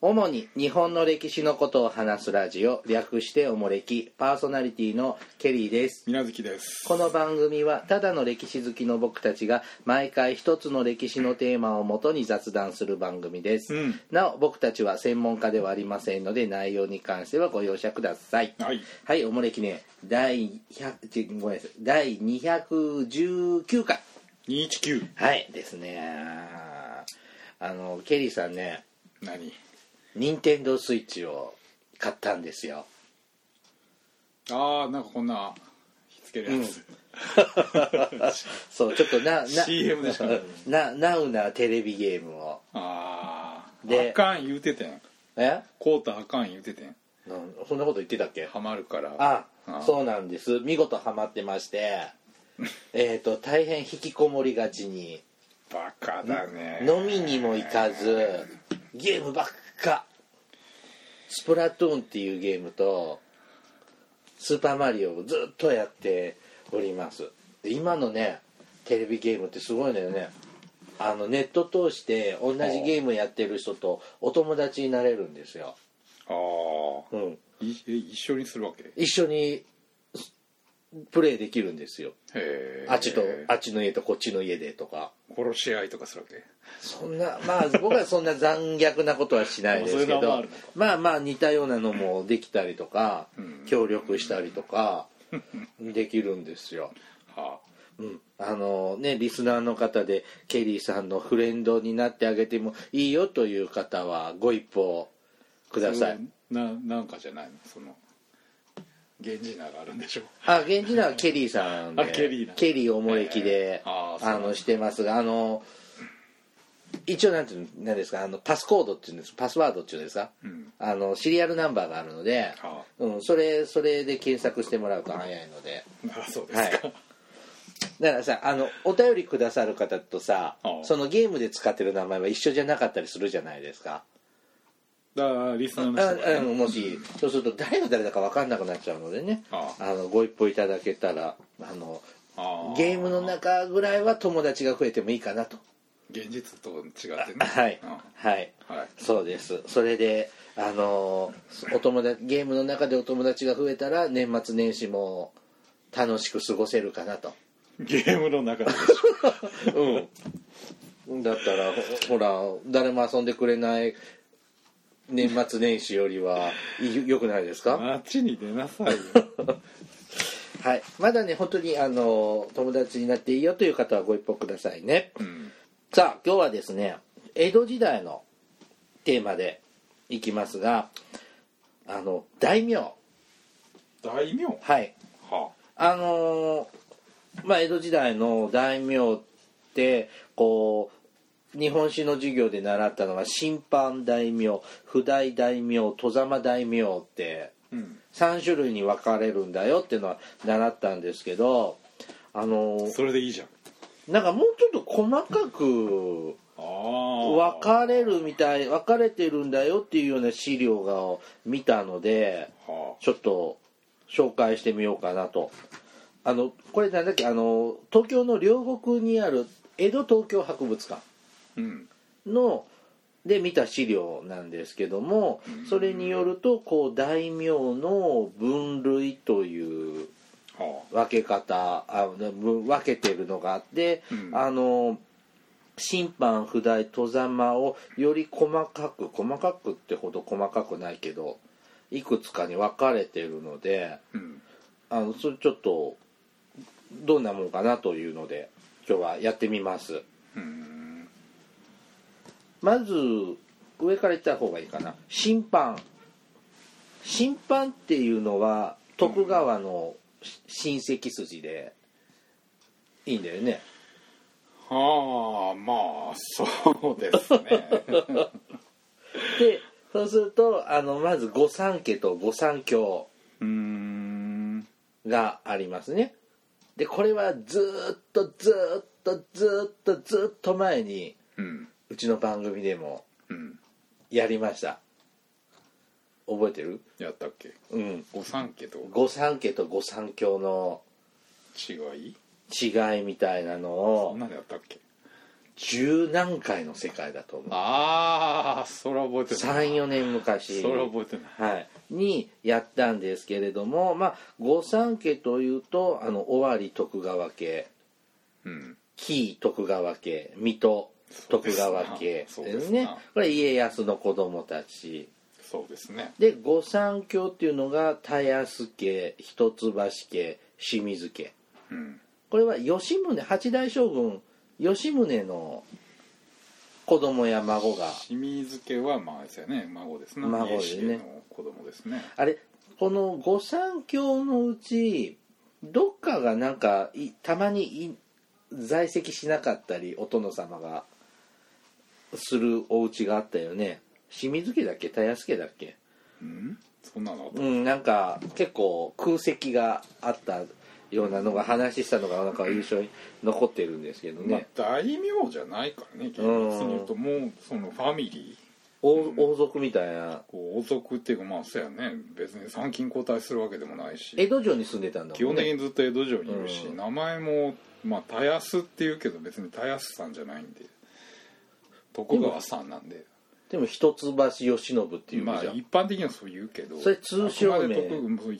主に日本の歴史のことを話すラジオ略しておもれきパーソナリティのケリーです水無月ですこの番組はただの歴史好きの僕たちが毎回一つの歴史のテーマをもとに雑談する番組です、うんなお僕たちは専門家ではありませんので内容に関してはご容赦くださいはいはいおもれきね第100ちごめんなさい第219回219はいですねあのケリーさんね何任天堂スイッチを買ったんです よああなんかこんなひっつけるやつ、そうちょっとなな CM でしかないなナウなテレビゲームをああであかん言うててんえこうたあかん言うててんなんそんなこと言ってたっけハマるからああそうなんです見事ハマってまして えっと大変引きこもりがちにバカだね飲みにも行かずゲームばっかスプラトゥーンっていうゲームとスーパーマリオをずっとやっておりますで今のねテレビゲームってすごいのよねあのネット通して同じゲームやってる人とお友達になれるんですよ、ああうん、一緒にするわけへ一緒にプレイできるんですよえあっちとあっちの家とこっちの家でとか殺し合いとかするわけそんなまあ 僕はそんな残虐なことはしないですけそういうのもどあるのかまあまあ似たようなのもできたりとかん協力したりと かできるんですよ。はうん、あのねリスナーの方でケリーさんのフレンドになってあげてもいいよという方はご一報くあださい。ななんかじゃないのその源氏名があるんでしょあ、現地のはケリーさんで、あケリーなんだケリーおもれきで、えーあーそうあのしてますが、あの一応なんていうなんですか、あのパスコードっていうんです、パスワードっていうんですか、うんあのシリアルナンバーがあるので、あうん、それそれで検索してもらうと早いので、あそうですか、はいだからさ、あのお便りくださる方とさあ、ーそのゲームで使ってる名前は一緒じゃなかったりするじゃないですか。だからリスナーの人あがねあのもしそうすると誰が誰だか分かんなくなっちゃうのでねああのご一報いただけたらあのあーゲームの中ぐらいは友達が増えてもいいかなと現実と違ってねはいうんはいはいそうですそれであのお友達ゲームの中でお友達が増えたら年末年始も楽しく過ごせるかなとゲームの中で でしょうんだったらほほら誰も遊んでくれない年末年始よりはい良くないですか街に出なさいよはい、まだね本当にあの友達になっていいよという方はご一報くださいねうんさあ今日はですね江戸時代のテーマでいきますがあの大名大名ははいああのーまあ江戸時代の大名ってこう日本史の授業で習ったのは審判大名不代大名外様大名ってうん3種類に分かれるんだよっていうのは習ったんですけどあのーそれでいいじゃんなんかもうちょっと細かくああ分かれるみたい分かれてるんだよっていうような資料が見たのではちょっと紹介してみようかなとあのこれなんだっけあの東京の両国にある江戸東京博物館あうんので見た資料なんですけどもそれによるとこう大名の分類というは分け方あ分分けてるのがあって、うんあの審判不代戸様をより細かく細かくってほど細かくないけどいくつかに分かれてるのであうんあのそれちょっとどんなもんかなというので今日はやってみますうんまず上からいった方がいいかな審判審判っていうのは徳川の親戚筋でいいんだよね、はあまあそうですねでそうするとあのまず御三家と御三教 うーんがありますねでこれはずーっとずーっとずーっとずーっと前にうんうちの番組でもうんやりました覚えてるやったっけうん御三家と御三家と御三教の違い違いみたいなのこんをなのやったっけ十何回の世界だと思うああそれは覚えてない34年昔それは覚えてないはい、にやったんですけれども、まあ、御三家というとあの尾張徳川家うん紀伊徳川家水戸徳川家そうですなそうですなねこれ家康の子供たちそうですねで御三家っていうのが田安家一橋家清水家うんこれは吉宗八代将軍吉宗の子供や孫が清水家はまあですよね孫ですね孫ですね家の子供ですねあれこの御三教のうちどっかがなんかいたまにい在籍しなかったりお殿様がするお家があったよね清水家だっけ田安家だっけうんそんなのあったうんなんか結構空席があったようなのが話したのがなんか印象に残ってるんですけどまあね、大名じゃないからね現実に言うともうそのファミリー王王族みたいなこう王族っていうかまあそうやね別に参勤交代するわけでもないし江戸城に住んでたんだ基もん本的ねにずっと江戸城にいるし、うん名前もまあたやすっていうけど別にたやすさんじゃないんで徳川さんなんででも一橋慶喜っていうじゃん、まあ一般的にはそう言うけどそれ通称名あくまで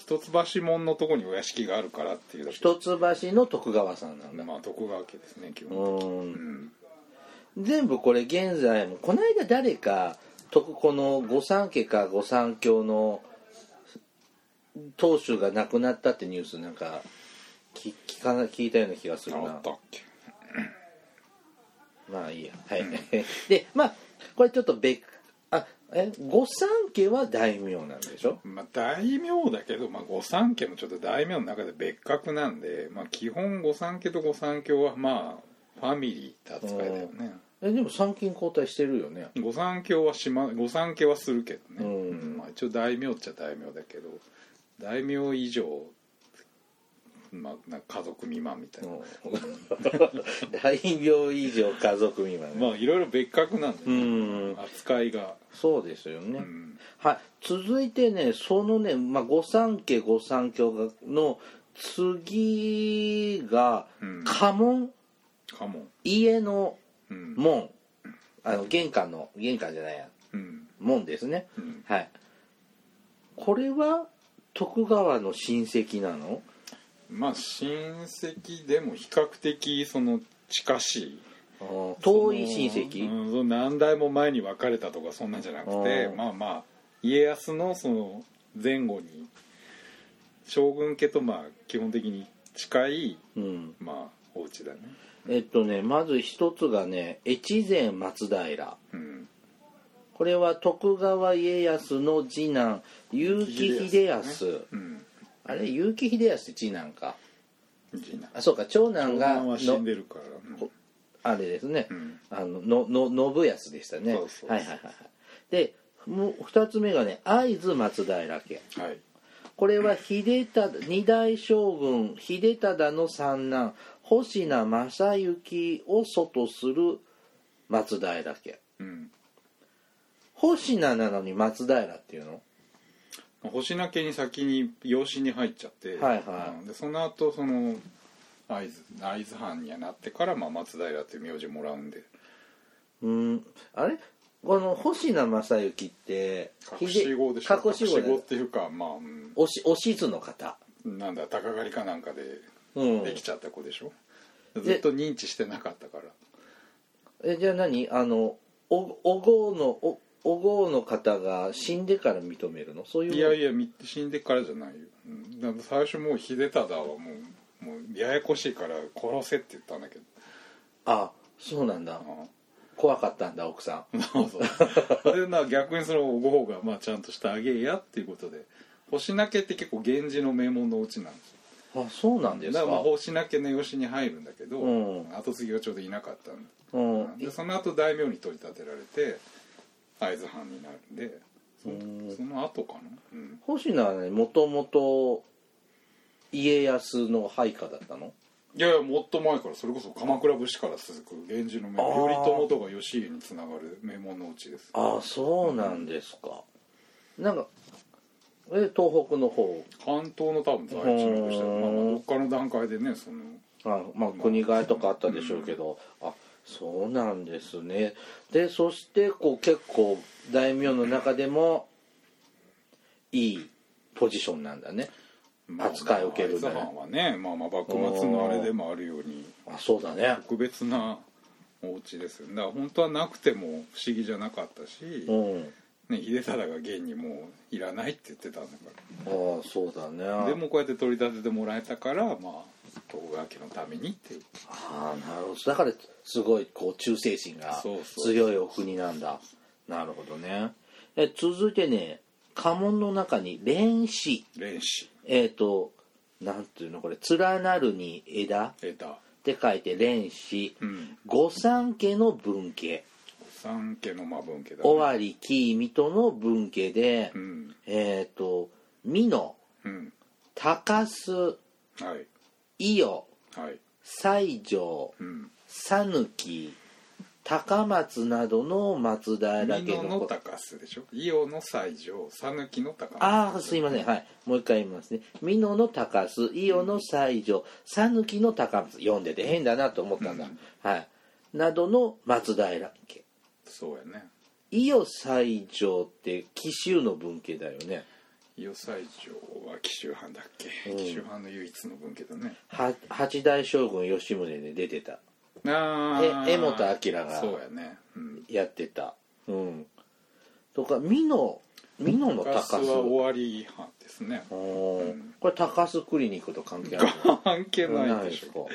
徳川一橋門のとこにお屋敷があるからっていうだけ一橋の徳川さんなんだまあ徳川家ですね基うー本的に、んうん全部これ現在もこの間誰か徳この御三家か御三教の当主が亡くなったってニュースなんか聞聞かな聞いたような気がするあなったっけまあいいやはい、 でまあこれちょっと別あえ御三家は大名なんでしょまあ、大名だけど、まあ、御三家もちょっと大名の中で別格なんで、まあ、基本御三家と御三家はまあファミリーって扱いだよねえでも参勤交代してるよね 御三家はしま御三家はするけどね、うんまあ、一応大名っちゃ大名だけど大名以上まあなんか家族未満みたいな、大名以上家族未満、まあいろいろ別格なんで、うーん扱いが、そうですよね、うん、はい、続いてねそのね、まあ、御三家御三家の次がうん家紋、かも家のうん門あの玄関の玄関じゃないやうん門ですね、うんはいこれは徳川の親戚なのまあ親戚でも比較的その近しいあー遠い親戚、うんその何代も前に別れたとかそんなんじゃなくてうんまあまあ家康のその前後に将軍家とまあ基本的に近いうん、まあお家だねえっとねまず一つがね越前松平うんこれは徳川家康の次男結城秀康うんあれ結城秀康って次男か次男あそうか長男長が男は死のんでるからこあれですね、うんあののの信康でしたねそうそうそうはいはいはいはいでもう2つ目がね会津松平家うんはいこれは秀忠二代将軍秀忠の三男星名正幸を祖とする松平家うん星名なのに松平っていうの星名家に先に養子に入っちゃってはいはいうんでその後その会津会津藩にはなってからまあ松平っていう名字もらうんでうんあれこの星名正幸って隠し子でしょ秀隠し子だよっていうかまあ、うんおしおしずの方なんだ鷹狩りかなんかでうんできちゃった子でしょ、ずっと認知してなかったからえじゃあ何あのおお号のおお号の方が死んでから認めるのそういういやいやみ死んでからじゃないよ、うん、だから最初もう秀忠はもうもうややこしいから殺せって言ったんだけどあそうなんだあ怖かったんだ奥さんあそうそうでな逆にそのご方がまあちゃんとしてあげやっていうことで星名家って結構源氏の名門のうちなんですよあそうなんですだかからまあ星名家の養子に入るんだけど、うん後継ぎがちょうどいなかったんでうんでその後大名に取り立てられて会津藩になるんでそうんその後かな、うん、星名はねもともと家康の配下だったのいやいやもっと前からそれこそ鎌倉武士から続く源氏の名あー門頼朝とか義家につながる名門のうちですあそうなんですかなんかえ東北の方関東の多分在地の人うんまあまあどっかの段階でねそのあまあ国替えとかあったでしょうけど、あそうなんですねでそしてこう結構大名の中でもいいポジションなんだねまあ扱いを受けるね会津藩はね、まあ、まあ幕末のあれでもあるようにあそうだね特別なお家ですよねだから本当はなくても不思議じゃなかったし、うんね、秀忠が現にもういらないって言ってたんだかああそうだらねでもこうやって取り立ててもらえたからまあ徳川家のためにっていうああなるほどだからすごいこう忠誠心がそうそう強いお国なんだなるほどねえ続いてね家紋の中に「連枝連枝」えっ、となんていうのこれ「連なるに枝」っ枝て書いて「連枝」うん御三家の文家三家のまあ分家だ、尾張紀水戸の文家で、うんえっ、と美濃うん高須はい伊予はい西条うん讃岐高松などの松平家美濃ののこ高須でしょ伊予の西条讃岐の高須ああすいませんはいもう一回言いますね美濃の高須伊予の西条讃岐の高松読んでて変だなと思ったんだ、うんはいなどの松平家そうやね伊予西条って紀州の文家だよね伊予西条は紀州藩だっけ、うん紀州藩の唯一の分家だねは八代将軍吉宗で出てたあーえ柄本明がそうやね、うん、やってたうんとか美濃美濃の高高須須は尾張藩ですねおーこれ高須クリニックと関係ある関係ないでしょ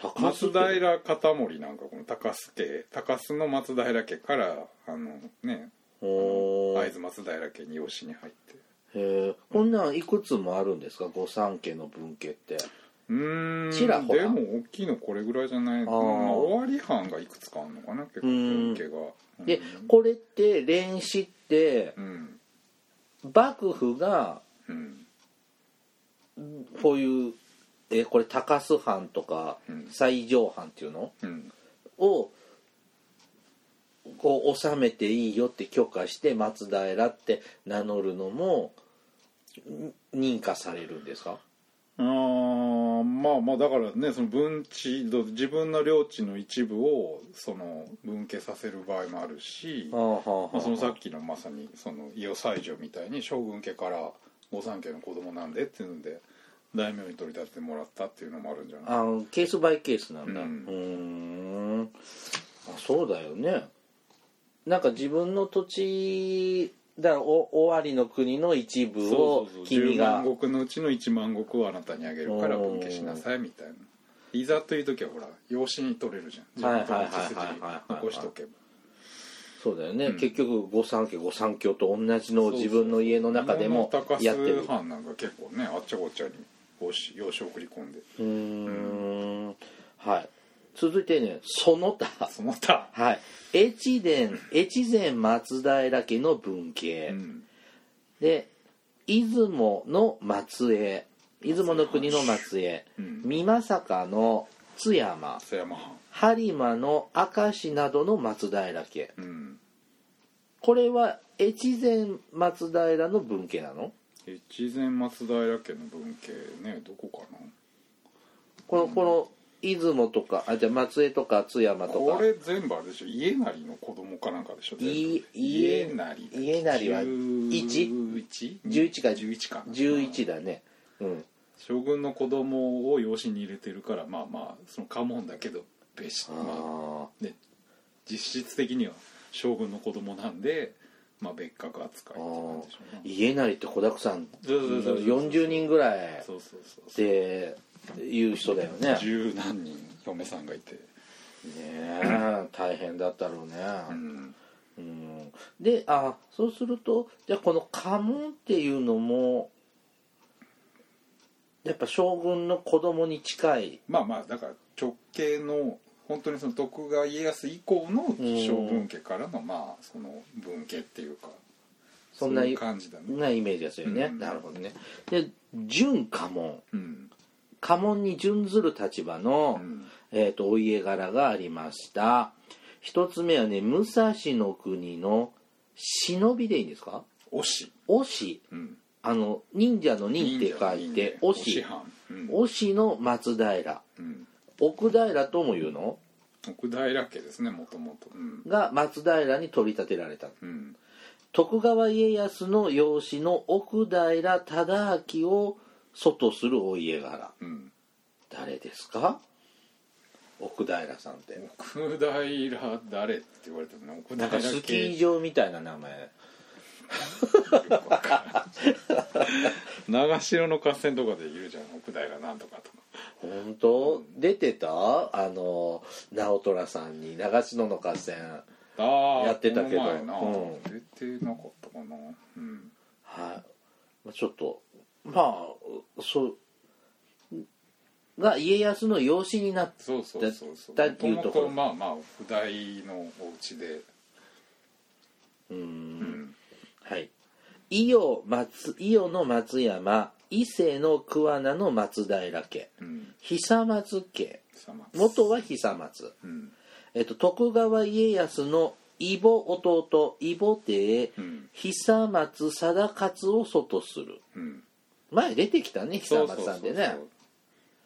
高須松って平片森なんかこの高須家高須の松平家からあのねおー会津松平家に養子に入ってへえこんなんいくつもあるんですか御三家の分家ってうーんちらほらでも大きいのこれぐらいじゃないあーまあ尾張藩がいくつかあるのかな結構うん分家がうんでこれって連死ってうん幕府がうんこういうえこれ高須藩とかうん西条藩っていうのうんをこう収めていいよって許可して松平って名乗るのもん認可されるんですかあーまあまあだからねその分地ど自分の領地の一部をその分家させる場合もあるしあはあはまあ、そのさっきのまさにその伊予西条みたいに将軍家から御三家の子供なんでっていうので大名に取り立ててもらったっていうのもあるんじゃないあのケースバイケースなんだううんーんあそうだよねなんか自分の土地だからお尾張の国の一部を君が10万石のうちの1万石をあなたにあげるから分家しなさいみたいないざという時はほら養子に取れるじゃん自分との血筋残しとけばそうだよね、うん結局御三家御三家と同じのを自分の家の中でも高やってる須藩なんか結構ねあっちゃこっちゃに養子養子送り込んでうーんはい続いてねその他その他はい越前越前松平家の文系、うんで出雲の松江出雲の国の松江うん美作の津山瀬山藩播磨の明石などの松平家うんこれは越前松平の分家なの越前松平家の分家ねどこかなこのこの出雲とかあじゃあ松江とか津山とこかれ全部あれでしょ家なりの子供かなんかでしょい家なり家斉は11か11かな11だねうん将軍の子供を養子に入れてるからまあまあその家紋だけど別あにまーあね実質的には将軍の子供なんでまあ別格扱いって感じでしょうね家なりって子だくさんそうそうそうそう40人ぐらいそうそうそうそうっていう人だよね十何人嫁さんがいてねえ大変だったろうね、うんうんであそうするとじゃあこの家紋っていうのもやっぱ将軍の子供に近いまあまあだから直系の本当にその徳川家康以降の将軍家からのまあその分家っていうかそんなういう感じだねなイメージですよね、うんなるほどねで準家紋うん家紋に準ずる立場の、うんえー、とお家柄がありました一つ目はね武蔵の国の忍びでいいんですか推しおしうんあの忍者の忍って書い忍者てのお忍で推しし藩うん推しの松平うん奥平とも言うの奥平家ですねもともとうん、が松平に取り立てられたうん、徳川家康の養子の奥平忠明を祖とするお家柄うん誰ですか奥平さんって奥平誰って言われてもね奥なん平かスキー場みたいな名前長城の合戦とかでいるじゃん奥平なんとかとか本当出てたあの直虎さんに長篠の合戦ああやってたけどこの前な、うん出てなかったかなうんはいまあちょっとまあそうが家康の養子になっそうそうそうそうだっていうところ元々まあまあ不代のお家でうーうんんはい伊予松伊予の松山伊勢の桑名の松平家うん久松家久松元は久松うんえっと、徳川家康の異母弟異母弟うん久松貞勝を祖とするうん前出てきたね久そうそう松そさうんっそてうね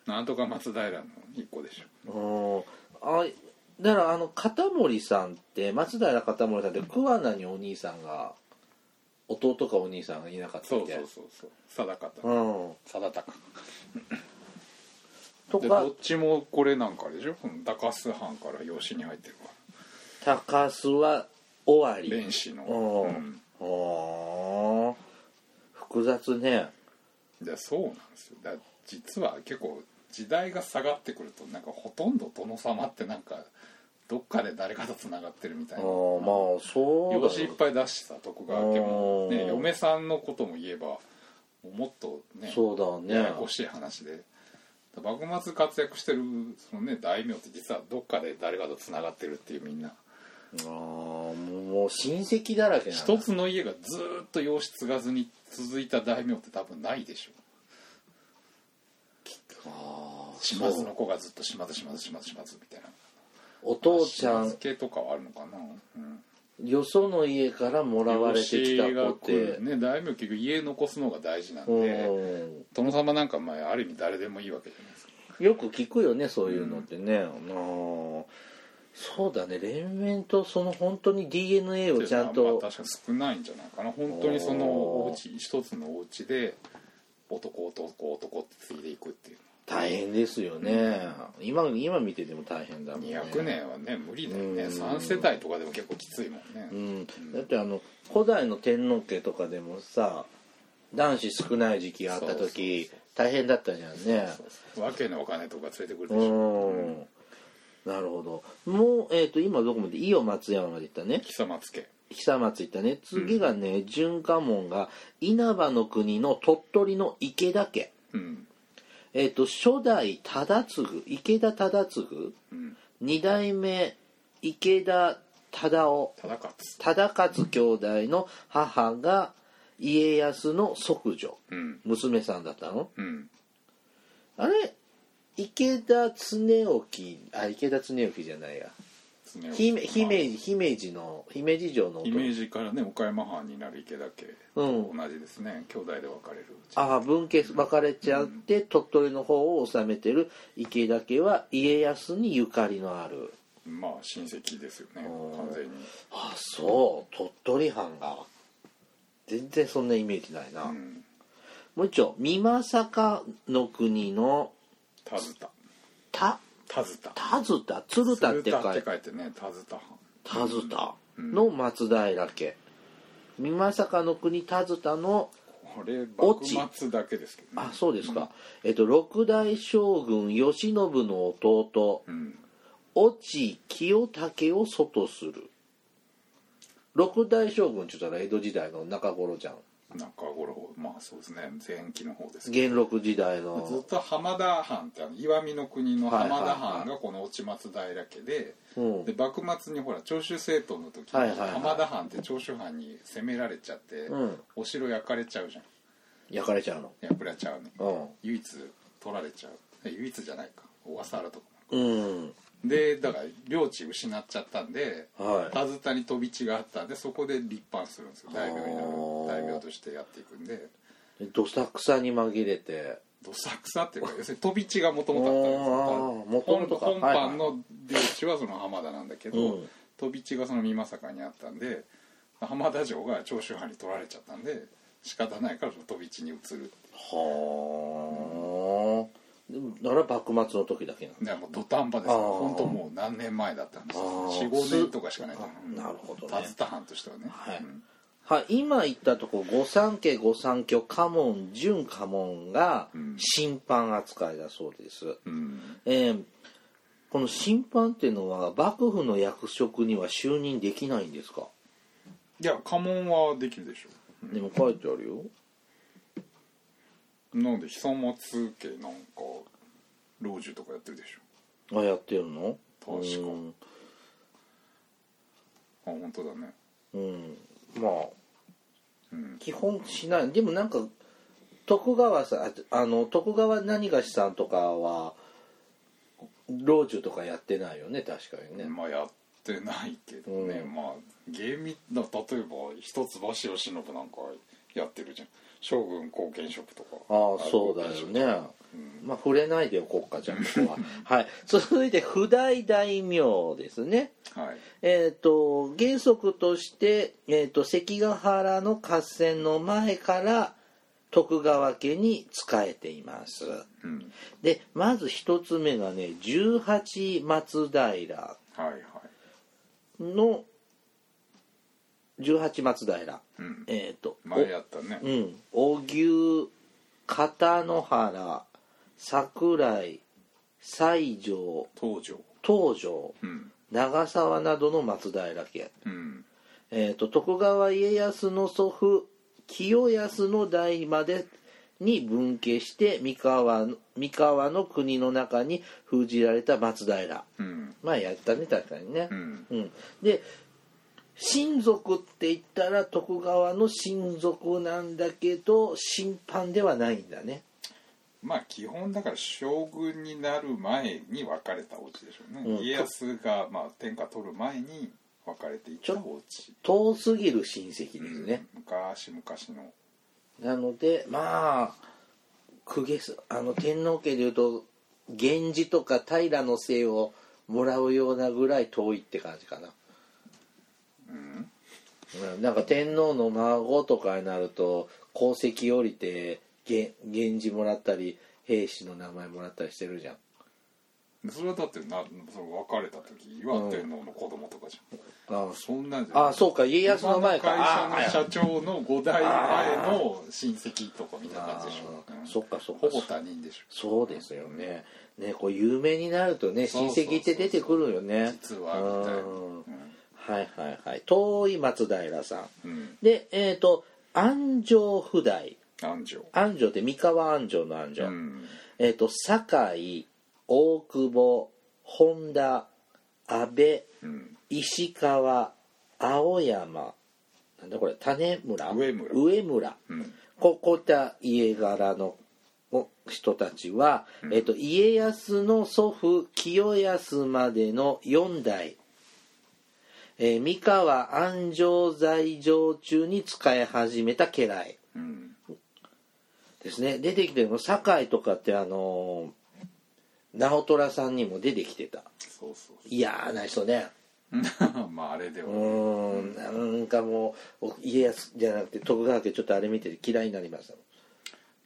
なんとか松平の一個でしょうんあだからあの片森さんって松平片森さんって桑名にお兄さんが弟かお兄さんがいなかったそっうけそうそうそう定方うん定高とでかどっちもこれなんかあれでしょこの高須藩から養子に入ってるから高須は尾張弁士の、ううんん、ほー複雑ねでそうなんですよだ実は結構時代が下がってくるとなんかほとんど殿様ってなんかどっかで誰かとつながってるみたあいなーまあそうだ養子いっぱい出しさ徳川家も、うね、ん嫁さんのことも言えばもっとねそうだやねやこしい話で幕末活躍してるその、ね、大名って実はどっかで誰かとつながってるっていうみんなああもうもう親戚だらけな一つの家がずーっと養子継がずに続いた大名って多分ないでしょあー島津そのう子がずっと島津島津島津島津みたいなお父ちゃ島ん津系とかはあるのかな、うん、よその家からもらわれてきた子っ養子が来てるね大名結局家残すのが大事なんでうん殿様なんかまあある意味誰でもいいわけじゃないですかよく聞くよねそういうのってね、あのそうだね連綿とその本当に DNA をちゃんまあまとあ確かに少ないんじゃないかな本当にそのお家一つのお家で男男男って継いでいくっていう大変ですよね、今今見てても大変だもんね200年はね無理だよねうん3世帯とかでも結構きついもんね、うん、だってあの古代の天皇家とかでもさ男子少ない時期があった時そうそうそう大変だったじゃんねそうそうわけのお金とか連れてくるでうしょんなるほどもう、えー、と今どこまで伊予松山まで行ったね久松家久松行ったね次がね循環門が稲葉の国の鳥取の池田家うんえっ、と初代忠次池田忠次うん二代目池田忠夫忠勝忠勝兄弟の母が家康の即女うん娘さんだったのうんあれ池田恒興あ池田恒興じゃないや常雄姫姫路姫路の姫路城の弟姫路からね岡山藩になる池田家うんと同じですね兄弟で分かれるうちああ分家分かれちゃって、鳥取の方を治めてる池田家は家康にゆかりのあるまあ親戚ですよねおー完全にああそう鳥取藩が全然そんなイメージないな、うんもう一丁美作の国の田津田田田津田田津田鶴田って書いて鶴田って書いてね田津田藩田津田うんの松平家美作の国田津田のこれ越幕智末だけですけどねあそうですか、えっと六代将軍慶喜の弟うん越智清武を祖とする六代将軍って言ったら江戸時代の中頃じゃん中頃まあそうですね前期の方ですけ元禄時代どずっのと浜田藩ってあの石見の国の浜田はいは藩いはがこの落松平家でうんで幕末にほら長州政党の時はいはいはい浜田藩って長州藩に攻められちゃってうんお城焼かれちゃうじゃん焼かれちゃう焼かれちゃうねの唯一取られちゃう唯一じゃないか小笠原とかうんうんもでだから領地失っちゃったんではい田津田に飛び地があったんでそこで立派するんですよ大名にあなるー大名としてやっていくんでどさくさに紛れてどさくさっていうか要するに飛び地がもともとあったんですおー元々か本はい版の領地はその浜田なんだけど、うん飛び地がその美作にあったんで浜田城が長州藩に取られちゃったんで仕方ないからその飛び地に移るはあでもだから幕末の時だけなのでもう土壇場ですからあー本当もう何年前だったんですあー45年とかしかないとあなるほどね竜田藩としてはね、はいうんはい、今言ったとこ御三家御三家家紋準家紋が審判扱いだそうです、うんえーこの審判っていうのは幕府の役職には就任できないんですかいや家紋はできるでしょでも書いてあるよなので久松家なんか老中とかやってるでしあやってるのう確かんょあ本当だねうんまあうん基本しないでもなんか徳川さんああの徳川何がしさんとかは老中とかやってないよね確かにね、まあやってないけどね、うんまあ芸味だ例えば一橋慶喜なんかやってるじゃん将軍後見職とかああそうだよね、まあ触れないでおこうかじゃあここははい続いて不代大名ですねはいえっ、と原則として、えー、と関ヶ原の合戦の前から徳川家に仕えていますうんでまず一つ目がね十八松平はいはいの十八松平うんえっ、と前やったねうん、荻生片野原桜井西条東条東条うん長沢などの松平家、うんえー、と徳川家康の祖父清康の代までに分家して三河の三河の国の中に封じられた松平うんまあやったね確かにね、うんうん、で親族って言ったら徳川の親族なんだけど審判ではないんだねまあ基本だから将軍になる前に別れたお家でしょうね、うん家康がまあ天下取る前に別れていったお家遠すぎる親戚ですね、昔昔のなのでまあ公家すあの天皇家でいうと源氏とか平の姓をもらうようなぐらい遠いって感じかな、うんうん、なんか天皇の孫とかになると功績降りて源源氏もらったり平氏の名前もらったりしてるじゃんそれはだってなその別れた時岩天皇の子供とかじゃん、あそんなんじゃないあそうか家康の前か今のあ会あ社の社長の5代前の親戚とかみたいな感じでしょあ、うんそっかそっかほぼ他人でしょそうですよねねこう有名になるとね親戚って出てくるよね実はみたいなうんはいはいはい遠い松平さんうん、うん、でえっ、と安城府代安城安城って三河安城の安う城、んえっ、と堺大久保本田安倍うん石川青山なんだこれ種村上村上村うんここった家柄のお人たちは、えっと、家康の祖父清康までの4代、えー三河安城在城中に使い始めた家来うんですね出てきてるの堺とかってあのー直虎さんにも出てきてたそうそう嫌な人ね まああれでうは、ーんなんかもうお家康じゃなくて徳川家ちょっとあれ見てて嫌いになりましたもん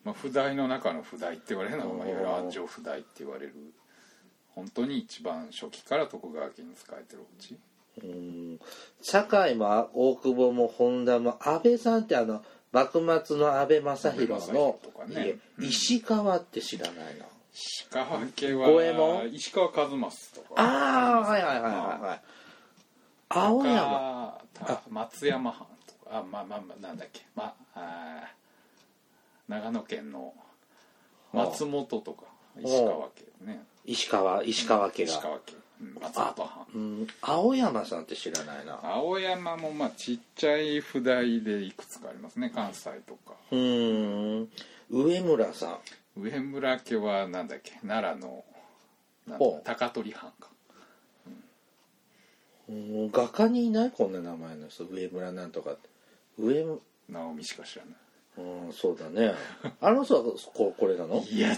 まあ、不代の中の不代って言われるのが、まあ、うんいわゆる安城不代って言われる本当に一番初期から徳川家に仕えてるお家うん堺も大久保も本田も安倍さんってあの幕末の安倍正弘の安倍正弘とかね家石川って知らないな、石川家は五右衛門石川一正とかああはいはいはいはいはい青山とかた松山藩とかあまあまあまあなんだっけまあー長野県の松本とか石川家ね石川石川家が石川家、うん松本藩うん青山さんって知らないな青山もまあちっちゃい不代でいくつかありますね関西とかうん上村さん上村家はなんだっけ奈良のなんだほう高取藩かうん画家にいないこんな名前の人上村なんとかって上直美しか知らないうんそうだ ねあの人はここれなのいや違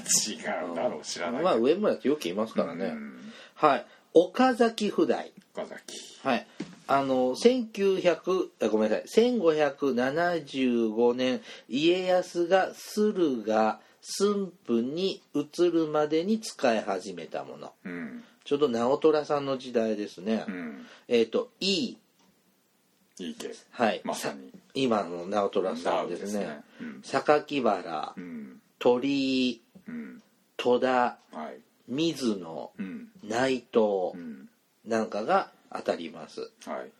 うだろう知らないまあけど上村ってよくいますからね、うんはい岡崎不代岡崎はいあの1900あごめんなさい1575年家康が駿河駿府に移るまでに使い始めたものうんちょうど直虎さんの時代ですね、うんえっ、といいいいけはい、まさに今の直虎さんですね直ですねうん榊原うん鳥居うん戸田はい水野うん内う藤んなんかが当たりますはい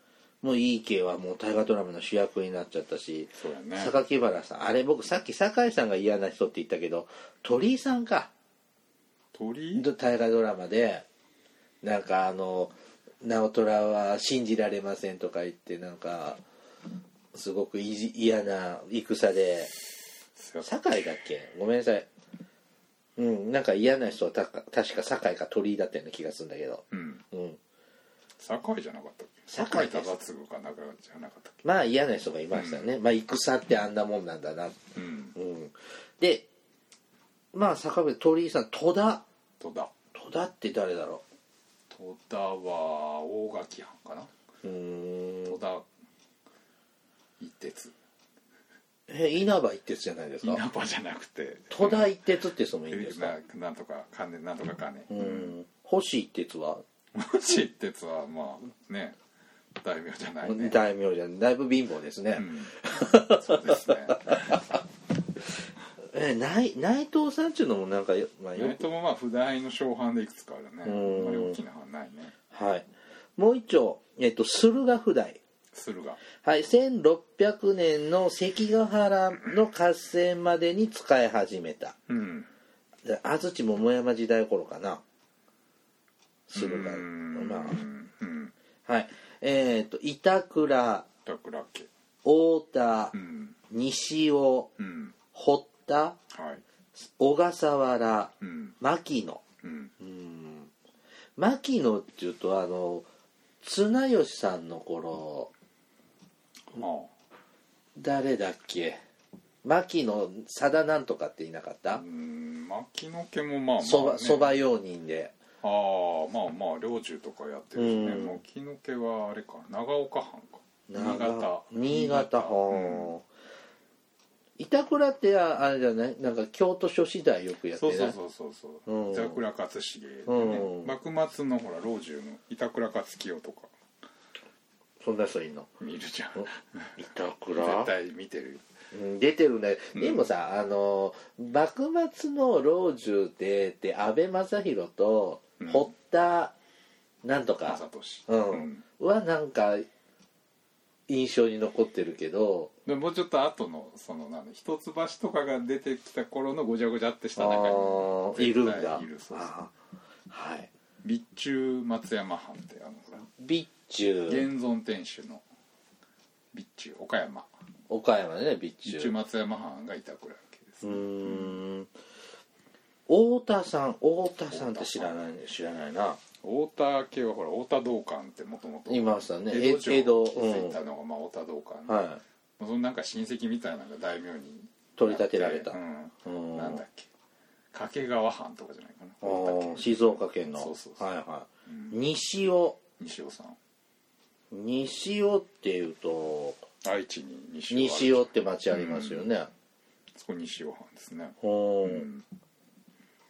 もういい系はもう大河ドラマの主役になっちゃったしそうやね榊原さんあれ僕さっき酒井さんが嫌な人って言ったけど鳥居さんか鳥居ど大河ドラマでなんかあの直虎は信じられませんとか言ってなんかすごくいじ嫌な戦でそう堺だっけごめんなさいうんなんか嫌な人はたか確か堺か鳥居だったような気がするんだけどうんうん堺じゃなかったっけ堺堺です忠次かなんかじゃなかったっまあ嫌な人がいましたよね、まあ戦ってあんなもんなんだなけうんうんでまあ坂部鳥居さん戸田戸田戸田って誰だろ戸田は大垣藩かなううー戸ん田一徹え稲葉一徹じゃないです稲か葉じゃなくて戸田一徹って人もいいんですかななんとか金なんとか金うーん星一徹は星一徹はまあね大名じゃないね大名じゃんだいぶ貧乏ですね、うんそうですねえ内内藤さんっていうのもなんかよ,、まあ、よ頼朝はまあ不代の小藩でいくつかあるねうんあれ大きな藩ないねはい、もう一丁、えっと、駿河譜代、駿河はい、1600年の関ヶ原の合戦までに使い始めたうんで安土桃山時代頃かな駿う河んまうんあはいえっ、と板倉だから家太田、うん西尾うん堀田はい小笠原うん牧野うんうん牧野っていうとあの綱吉さんの頃ま誰だっけ牧野さだなんとかっていなかっあたうん牧野家もまあまあねそばそば用人でああまあまあ領主とかやってるしねうん牧野家はあれか長岡藩か新潟長新潟うんほう板倉ってああれじゃないなんか京都諸子代よくやってそなういそうそうそうそう、うん板倉勝重でね、うん幕末のほら老中の板倉勝清とかそんな人いんの見るじゃんお板絶倉対見てるうん出てるね、うんでもさあの幕末の老中でって阿部正弘とうん堀田なんと正か、俊うんはなんか印象に残ってるけどでもうちょっと後のその何一橋とかが出てきた頃のごちゃごちゃってした中あーにいるんだいるそうそうあーはい備中松山藩ってあのほら備中現存天守の備中岡山岡山でね備備中中松山藩が板倉家です、うーん太田さん太田さんって知らない知らないな太田家はほら太田道館ってもともといましたね江戸城江戸をう築んいたのがまあ太田道館で、はそのなんか親戚みたいなのが大名にい取り立てられた、ううんん、なんだっけ掛川藩とかじゃないかなあ大田ー家静岡県のそうそうそうはいはい、うん西尾西尾さん西尾っていうと愛知に西尾ある西尾って町ありますよね、そこ西尾藩ですねほうーん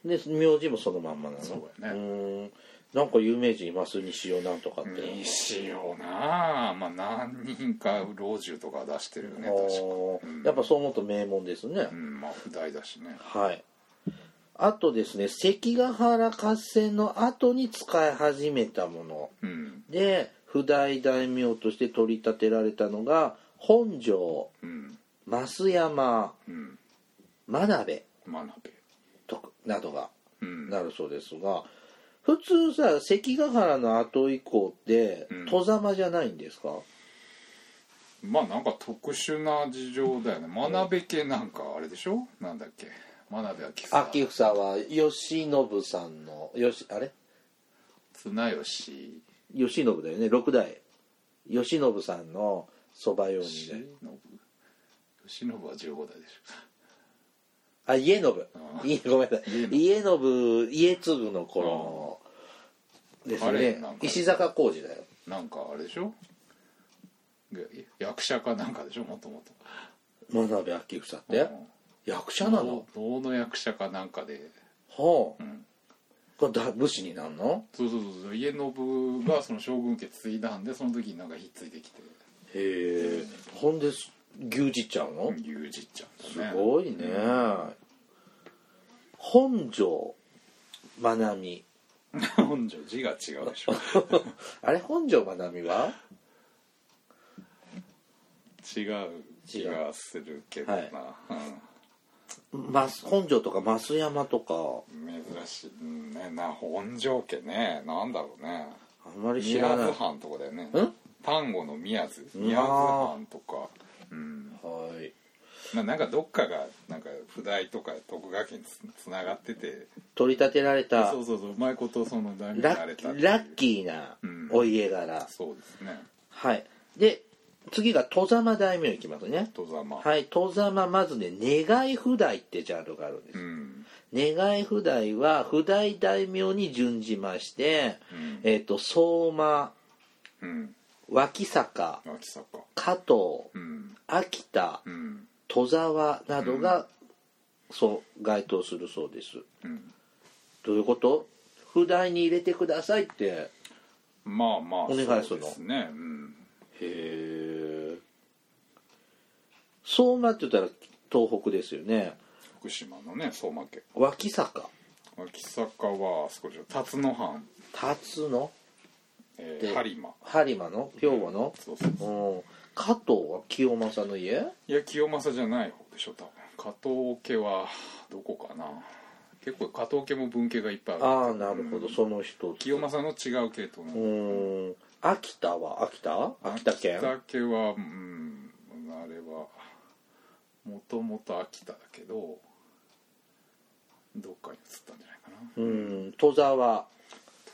で名字もそのまんまなのそうやねーんなんか有名人います西尾なんとかって、西尾なあまあ何人か老中とか出してるよね確あか、ーうん、やっぱそう思うと名門ですね、うんまあ不代だしねはいあとですね関ヶ原合戦の後に使い始めたものうんで不代大名として取り立てられたのが本城うん増山うん真鍋学べとなどがうんなるそうですが普通さ関ヶ原の後以降ってうん外様じゃないんですか、まあなんか特殊な事情だよね学べ系なんかあれでしょなんだっけ学べは貴様秋房は慶喜さんのよしあれ綱吉慶喜だよね六代慶喜さんのそば用吉人で信吉忍は15代でしあ家信あいごめんなさい家信家継の頃のですあれねなんか石坂浩二だよょなんかあれでしょげ役者かなんかでしょもともと真鍋昭房って役者なの能の役者かなんかで、はあうん、これだ武士になんのそうそうそうそう家信がその将軍家継いだんでその時になんかひっついてきてへえほんで牛耳っちゃうの牛耳っちゃうんすだねごいね本庄まなみ本庄字が違うでしょ あれ本庄まなみは違う気がするけどな、ま本庄とか増山とかうん、珍しいうんねな本庄家ねなんだろうねあんまり知宮らない津は藩とかだよねん丹後の宮津ん宮津藩とかうんいななんかどっかがなんか不代とか徳川家につつながってて取り立てられたそうそうそううまいことその代名にラなれたってッいうラッキーなうんお家柄、そうですねはいで次が戸様大名いきますね戸様はい戸様まずね願い不代ってジャンルがあるんですう、ん願い不代は不代大名に準じまして、うんえっ、と相馬うん脇坂脇坂加藤うん秋田うん戸沢などが、そう該当するそうですうんどういうこと不代に入れてくださいってまあまあお願いすそうるでのすねうんへえ相馬って言ったら東北ですよね福島のね相馬家脇坂脇坂は少し辰野藩、辰野えでー、播磨播磨の兵庫の、そうそうそううん、加藤は清正の家いや清正じゃない方でしょ多分加藤家はどこかな結構加藤家も文家がいっぱいあるああなるほど、その人清正の違う系統なうのーん秋田は秋田秋田県秋田家はうんあれはもともと秋田だけどどっかに移ったんじゃないかなうん戸沢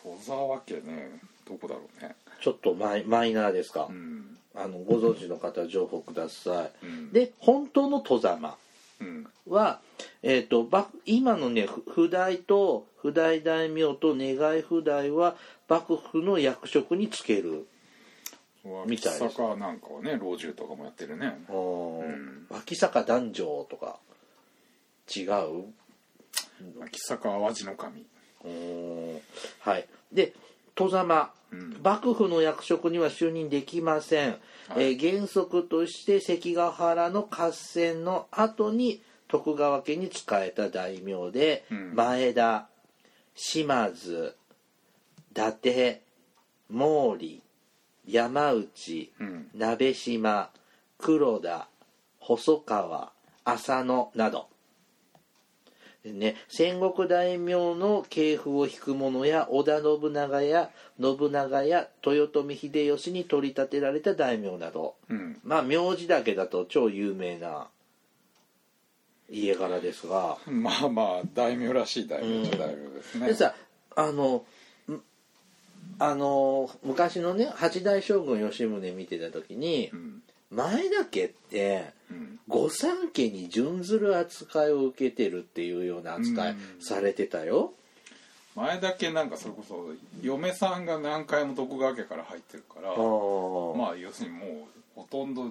戸沢家ねどこだろうねちょっとマイマイナーですか、うんあのご存知の方は情報ください、うんで本当の戸様うんは、えー、と幕今のねふ不代と不代大名と願い不代は幕府の役職につけるみ脇たいです坂なんかはね老中とかもやってるねあー脇坂男女とか違う脇坂淡路の神うんはいで戸様、幕府の役職には就任できません、はいえー原則として関ヶ原の合戦の後に徳川家に仕えた大名で、うん前田島津伊達毛利山内、うん鍋島黒田細川浅野などでね戦国大名の系譜を引く者や織田信長や信長や豊臣秀吉に取り立てられた大名などうんまあ名字だけだと超有名な家柄ですがまあまあ大名らしい大名じゃ大名ですね、でさあのんあの昔のね八代将軍吉宗見てた時に、うん前田家ってうん御三家に準ずる扱いを受けてるっていうような扱いうんされてたよ、前だけなんかそれこそ嫁さんが何回も徳川家から入ってるからああまあ要するにもうほとんど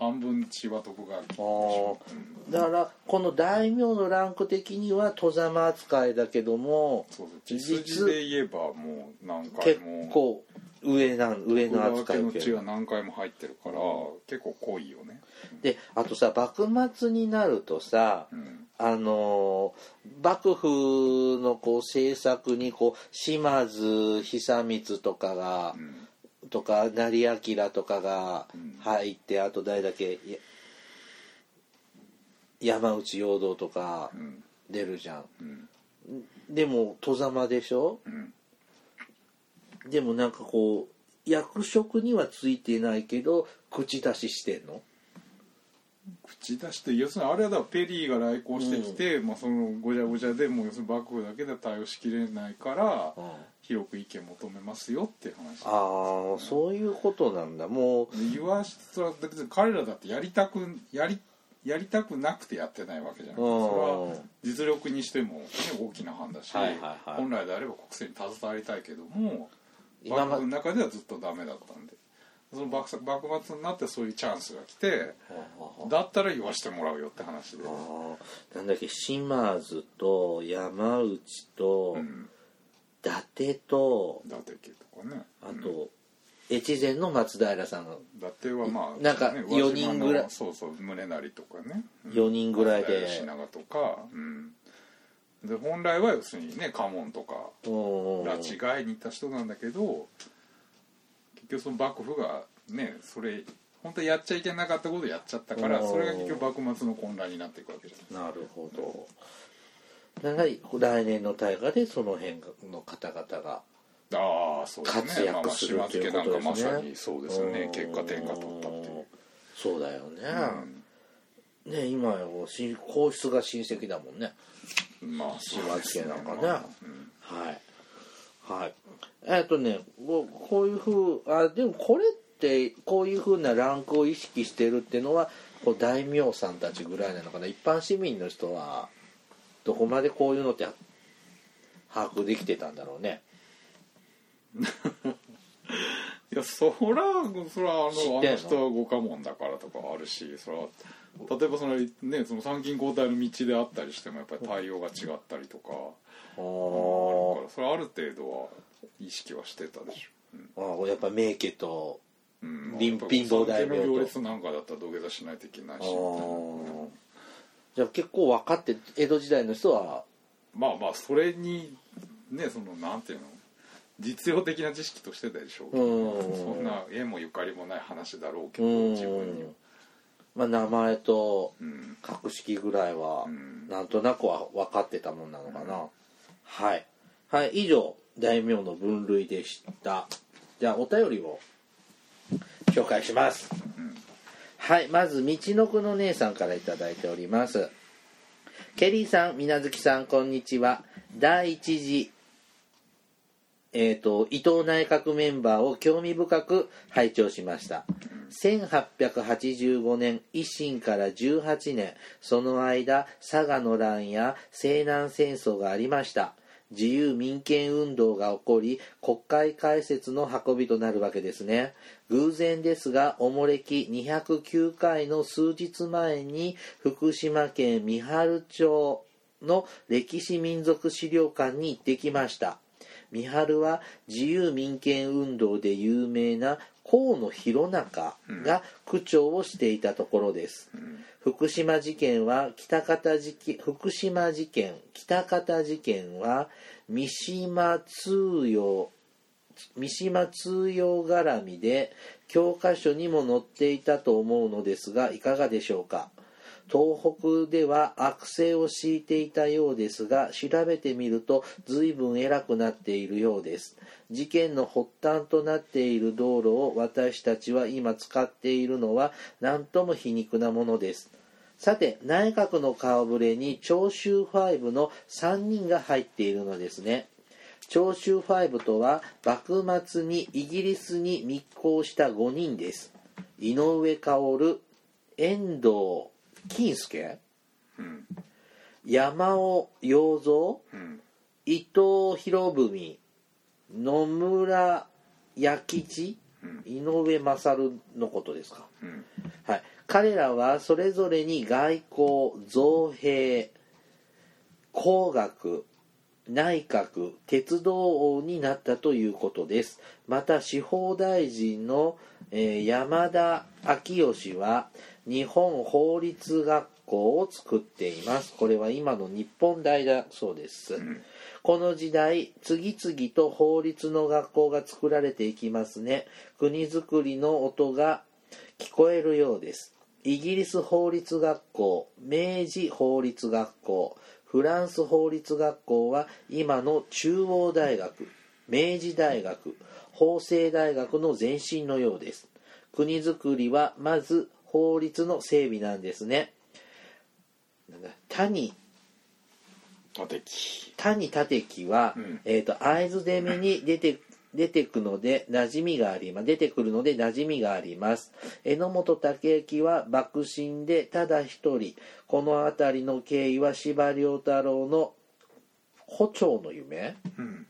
半分血は徳川家でしあょーだからこの大名のランク的には戸様扱いだけどもそうそう血筋で言えばもう何回結も構上なん上徳の川扱いを家の受け血るが何回も入ってるから結構濃いよねであとさ幕末になるとさ、うんあのー幕府のこう政策にこう島津久光とかが、うんとか成明とかがうん入って、あと誰だっけや山内陽道とかうん出るじゃん、うんでも戸様でしょうんでもなんかこう役職にはついてないけど口出ししてんの口出して要するにあれはだからペリーが来航してきて、まあ、そのごちゃごちゃでもう要するに幕府だけでは対応しきれないから、うん広く意見求めますよっていう話ああそういうことなんだもう言わしつら別に彼らだってやりたくやりやりたくなくてやってないわけじゃなくてうんそれは実力にしても、ね、大きな判だし、はいはいはい本来であれば国政に携わりたいけども今幕ま府の中ではずっとダメだったんでその幕幕末になってそういうチャンスが来てだったら言わしてもらうよって話であーなんだっけ島津と山内と、うん伊達と伊達家とかねあと、越前の松平さんが伊達はまあなんかね四人ぐらい宇和島のそうそう宗成とかね4人ぐらいで、吉永とか、うん、で本来は要するにね家紋とかうん拉致外に行った人なんだけど結局その幕府がねそれ本当はやっちゃいけなかったことをやっちゃったからうんそれが結局幕末の混乱になっていくわけじゃないなるほどだから来年の大河でその辺の方々がああそうですね活躍まあまあする島って津い家うこなとんですねかまさにそうですようねん結果天下取ったっていう、そうだよね、うね今よし皇室が親戚だもんねん、まあそうです島津家なんかねまあうんはいはいえっとねこうこういうふうあでもこれってこういうふうなランクを意識してるっていうのはこう大名さんたちぐらいなのかな一般市民の人はどこまでこういうのって把握できてたんだろうねいやそらそらあの知っあてんのの人は五家門だからとかあるしそら例えばそのねその参勤交代の道であったりしてもやっぱり対応が違ったりとかああーるからそれはある程度は意識はしてたでしょあーやっぱ名家とうん臨品同大名と参勤の行列なんかだったら土下座しないといけないしみたいなあーじゃあ結構分かって江戸時代の人はまあまあそれにねそのなんていうの実用的な知識としてでしょうけどうんそんな縁もゆかりもない話だろうけどうん自分にはまあ、名前とうん格式ぐらいはんなんとなくは分かってたもんなのかな、はいはい以上大名の分類でしたじゃあお便りを紹介します、はいまずみちのくの姉さんから頂いただいておりますケリーさん水無月さんこんにちは第一次えー、と伊藤内閣メンバーを興味深く拝聴しました1885年維新から18年その間佐賀の乱や西南戦争がありました自由民権運動が起こり国会開設の運びとなるわけですね偶然ですがおもれき209回の数日前に福島県三春町の歴史民族資料館に行ってきました三春は自由民権運動で有名な河野弘中が区長をしていたところです、福島事件は北方事件福島事件北方事件は三島通用三島通用絡みで教科書にも載っていたと思うのですがいかがでしょうか東北では悪性を敷いていたようですが調べてみると随分偉くなっているようです事件の発端となっている道路を私たちは今使っているのは何とも皮肉なものですさて内閣の顔ぶれに長州5の3人が入っているのですね長州5とは幕末にイギリスに密航した5人です井上薫遠藤金介うん山尾洋蔵うん伊藤博文野村弥吉うん井上勝のことですかうんはい、彼らはそれぞれに外交造兵工学内閣鉄道王になったということですまた司法大臣の、えー山田昭義は日本法律学校を作っていますこれは今の日本大だそうです、この時代次々と法律の学校が作られていきますね国づくりの音が聞こえるようですイギリス法律学校明治法律学校フランス法律学校は今の中央大学明治大学法政大学の前身のようです国づくりはまず法律の整備なんですねなんだ谷あの敵谷立樹は、うんえっ、と会津攻めに出て出てくので馴染みがあります出てくるので馴染みがあります榎本武之は幕臣でただ一人この辺りの経緯は司馬遼太郎の「胡蝶の夢」うん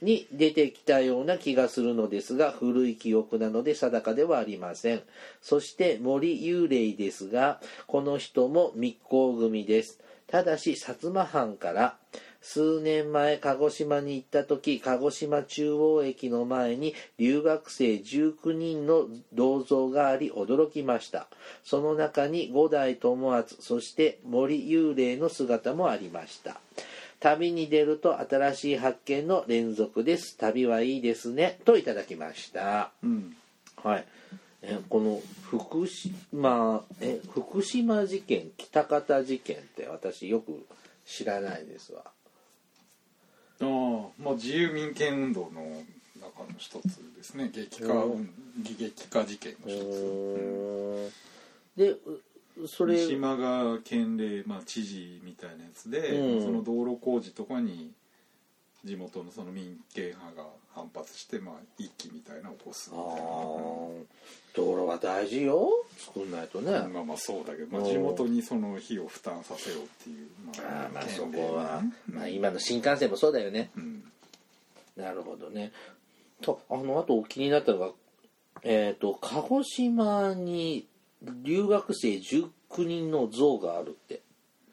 に出てきたような気がするのですが古い記憶なので定かではありませんそして森幽霊ですがこの人も密航組ですただし薩摩藩から数年前鹿児島に行った時鹿児島中央駅の前に留学生19人の銅像があり驚きましたその中に五代友厚そして森幽霊の姿もありました旅に出ると新しい発見の連続です旅はいいですねといただきましたうんはいえこの福島え福島事件北方事件って私よく知らないですわああまあ自由民権運動の中の一つですね激化う運激化事件のう一つーんでうそれ三島が県令、まあ、知事みたいなやつで、うんその道路工事とかに地元のその民権派が反発して、まあ、一揆みたいなのを起こすあみたいなー道路は大事よ作んないとね、まあまあそうだけど、まあ、うん地元にその費を負担させようっていう、あーまあそ県令こは、ねまあ、今の新幹線もそうだよねうんなるほどね。とあのあと気になったのが、えー、と鹿児島に留学生19人の像があるって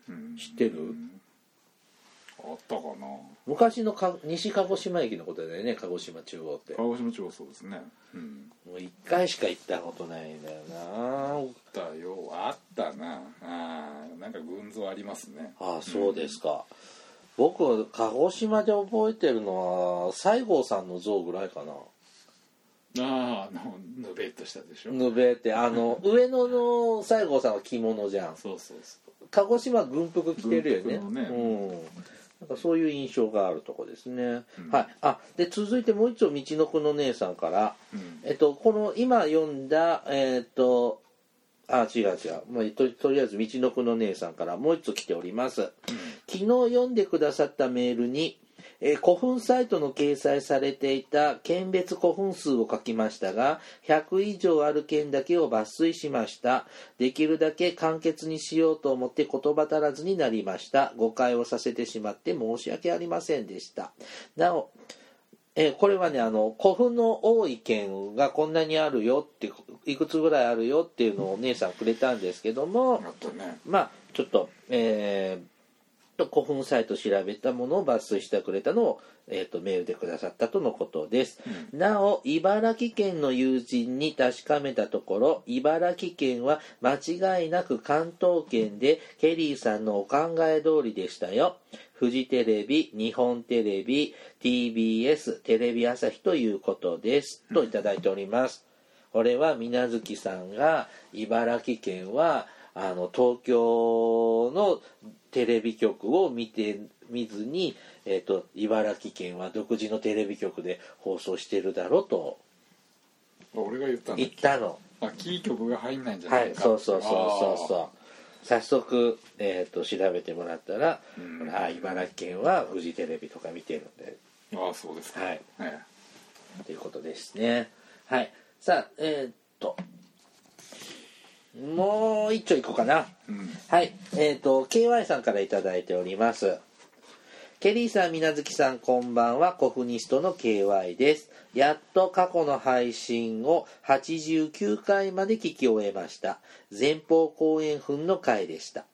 うん知ってるあったかな昔のか西鹿児島駅のことだよね鹿児島中央って鹿児島地方そうですねうんもう1回しか行ったことないんだよなあったよあったなあーなんか群像ありますねああそうですか、僕鹿児島で覚えてるのは西郷さんの像ぐらいかなああのぬべっとしたでしょ、ぬべってあの上野の西郷さんは着物じゃんそうそうそう鹿児島は軍服着てるよね軍服のねうん、なんかそういう印象があるとこですね、うんはいあで続いてもう一丁みちのくの姉さんから、うんえっと、この今読んだえっとあ違う違う、まあ、ととりあえずみちのくの姉さんからもう一つ来ております、昨日読んでくださったメールに、えー古墳サイトの掲載されていた県別古墳数を書きましたが100以上ある県だけを抜粋しましたできるだけ簡潔にしようと思って言葉足らずになりました誤解をさせてしまって申し訳ありませんでしたなおえーこれはねあの古墳の多い県がこんなにあるよっていくつぐらいあるよっていうのをお姉さんくれたんですけども、あったねまあちょっとえーと古墳サイト調べたものを抜粋してくれたのを、えー、とメールでくださったとのことです、なお茨城県の友人に確かめたところ茨城県は間違いなく関東圏でケリーさんのお考え通りでしたよフジテレビ日本テレビ TBS テレビ朝日ということですといただいております、俺は水無月さんが茨城県はあの東京のテレビ局を見て見ずに、えっと茨城県は独自のテレビ局で放送してるだろうと俺が言ったんだ言ったのあキー局が入んないんじゃなはいいかそうそうそうそうあそう早速、えっと調べてもらったら、うほんらあ茨城県はフジテレビとか見てるんでーあーそうですかはいえということですねはいさあえっともう一丁いこうかなえうんはい、えっ、と KY さんからいただいております。ケリーさん、みなずきさん、こんばんは。コフニストの KY です。やっと過去の配信を89回まで聞き終えました。前方後円墳の回でした。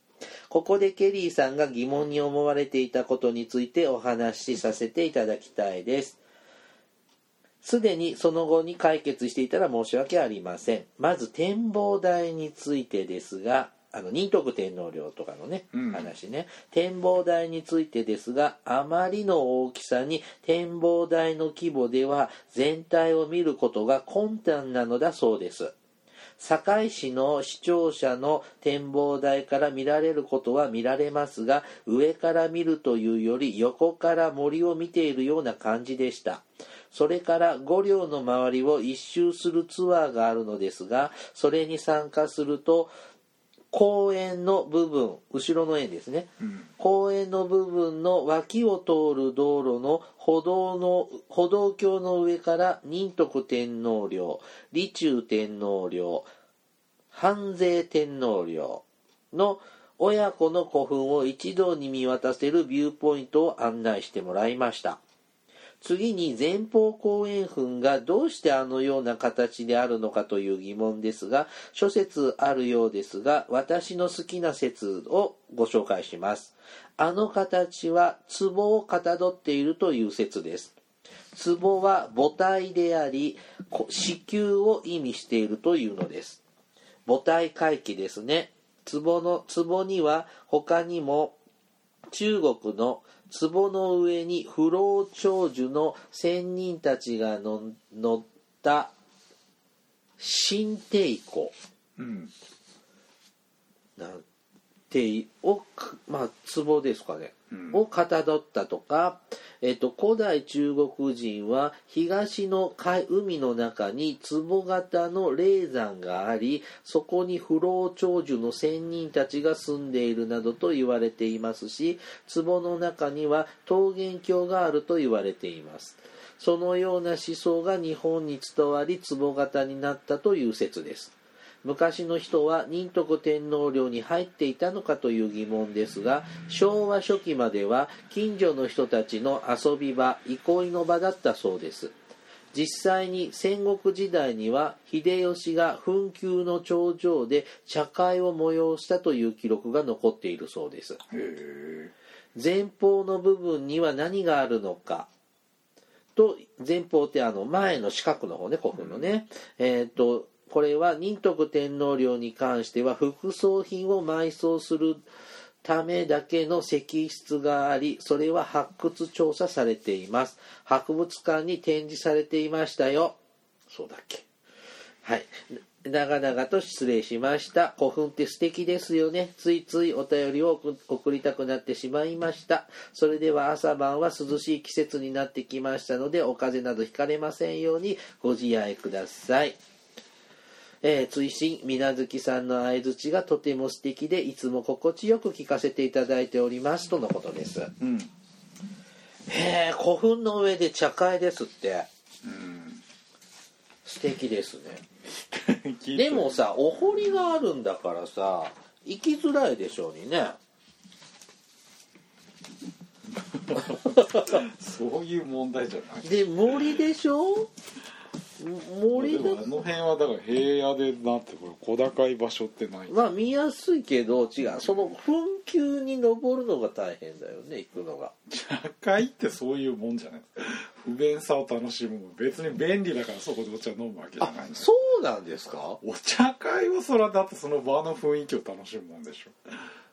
ここでケリーさんが疑問に思われていたことについてお話しさせていただきたいです。すでにその後に解決していたら申し訳ありません。まず展望台についてですが、あの仁徳天皇陵とかのね、うん話ね展望台についてですがあまりの大きさに展望台の規模では全体を見ることが困難なのだそうです堺市の視聴者の展望台から見られることは見られますが上から見るというより横から森を見ているような感じでしたそれから五稜の周りを一周するツアーがあるのですがそれに参加すると公園の部分後ろの円ですね、うん公園の部分の脇を通る道路の歩道の歩道橋の上から仁徳天皇陵利中天皇陵半税天皇陵の親子の古墳を一堂に見渡せるビューポイントを案内してもらいました次に前方後円墳がどうしてあのような形であるのかという疑問ですが諸説あるようですが私の好きな説をご紹介しますあの形は壺をかたどっているという説です壺は母体でありこ子宮を意味しているというのです母体回帰ですね壺の壺には他にも中国の壺の上に不老長寿の仙人たちがの乗った新帝湖うんなんていをかまあ壺ですかね、うんをかたどったとか、えっと古代中国人は東の海海の中に壺型の霊山がありそこに不老長寿の仙人たちが住んでいるなどと言われていますし壺の中には桃源郷があると言われていますそのような思想が日本に伝わり壺型になったという説です昔の人は仁徳天皇陵に入っていたのかという疑問ですが昭和初期までは近所の人たちの遊び場憩いの場だったそうです実際に戦国時代には秀吉が紛糾の頂上で茶会を催したという記録が残っているそうですへえ前方の部分には何があるのかと前方ってあの前の四角の方ね古墳のね、えっ、とこれは仁徳天皇陵に関しては副葬品を埋葬するためだけの石室がありそれは発掘調査されています博物館に展示されていましたよそうだっけはい。長々と失礼しました。古墳って素敵ですよね。ついついお便りを送送りたくなってしまいました。それでは朝晩は涼しい季節になってきましたので、お風邪などひかれませんようにご自愛ください。えー、追伸、みなずきさんの相づちがとても素敵で、いつも心地よく聞かせていただいております。とのことです。 うんへえ、古墳の上で茶会ですって。うん素敵ですね。聞いたでもさお堀があるんだからさ行きづらいでしょうにねそういう問題じゃないで森でしょ森でもだあの辺はだから平野でなってこれ小高い場所ってないまあ見やすいけど違うその墳丘に登るのが大変だよね行くのが茶会ってそういうもんじゃない不便さを楽しむ別に便利だからそこでお茶飲むわけじゃあないのそうなんですかお茶会はそらだってその場の雰囲気を楽しむもんでし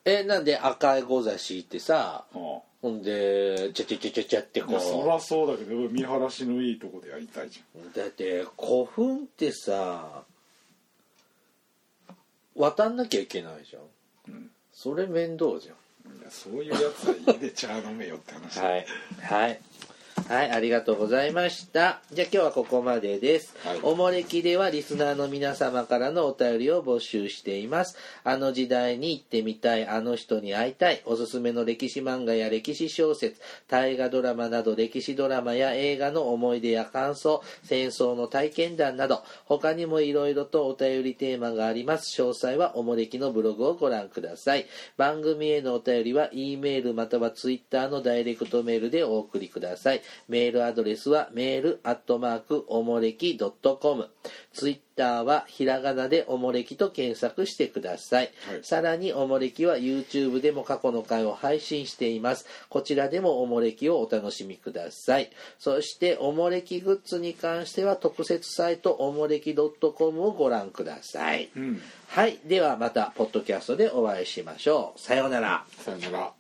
えなんで赤いゴザ敷いてさょ、ほんでチャチャチャチャチャってうん、いやそこらそうだけど見晴らしのいいとこでやりたいじうだって古墳ってさ渡んなきゃいけないじゃんゃん、うん、それ面倒じゃんいやそういうやつは家で茶飲めよって話はい、はい、はい、ありがとうございました。じゃあ今日はここまでです。はいおもれきではリスナーの皆様からのお便りを募集しています。あの時代に行ってみたい、あの人に会いたい、おすすめの歴史漫画や歴史小説、大河ドラマなど歴史ドラマや映画の思い出や感想、戦争の体験談など、他にもいろいろとお便りテーマがあります。詳細はおもれきのブログをご覧ください。番組へのお便りは、E メールまたは Twitter のダイレクトメールでお送りください。メールアドレスは、メールアットマークおもれき .com。Twitter は、ひらがなでおもれきと検索してください。はいさらに、おもれきは YouTube でも過去の回を配信しています。こちらでもおもれきをお楽しみください。そして、おもれきグッズに関しては、特設サイト、おもれき .com をご覧ください。うんはい。ではまた、ポッドキャストでお会いしましょう。さようなら。さよなら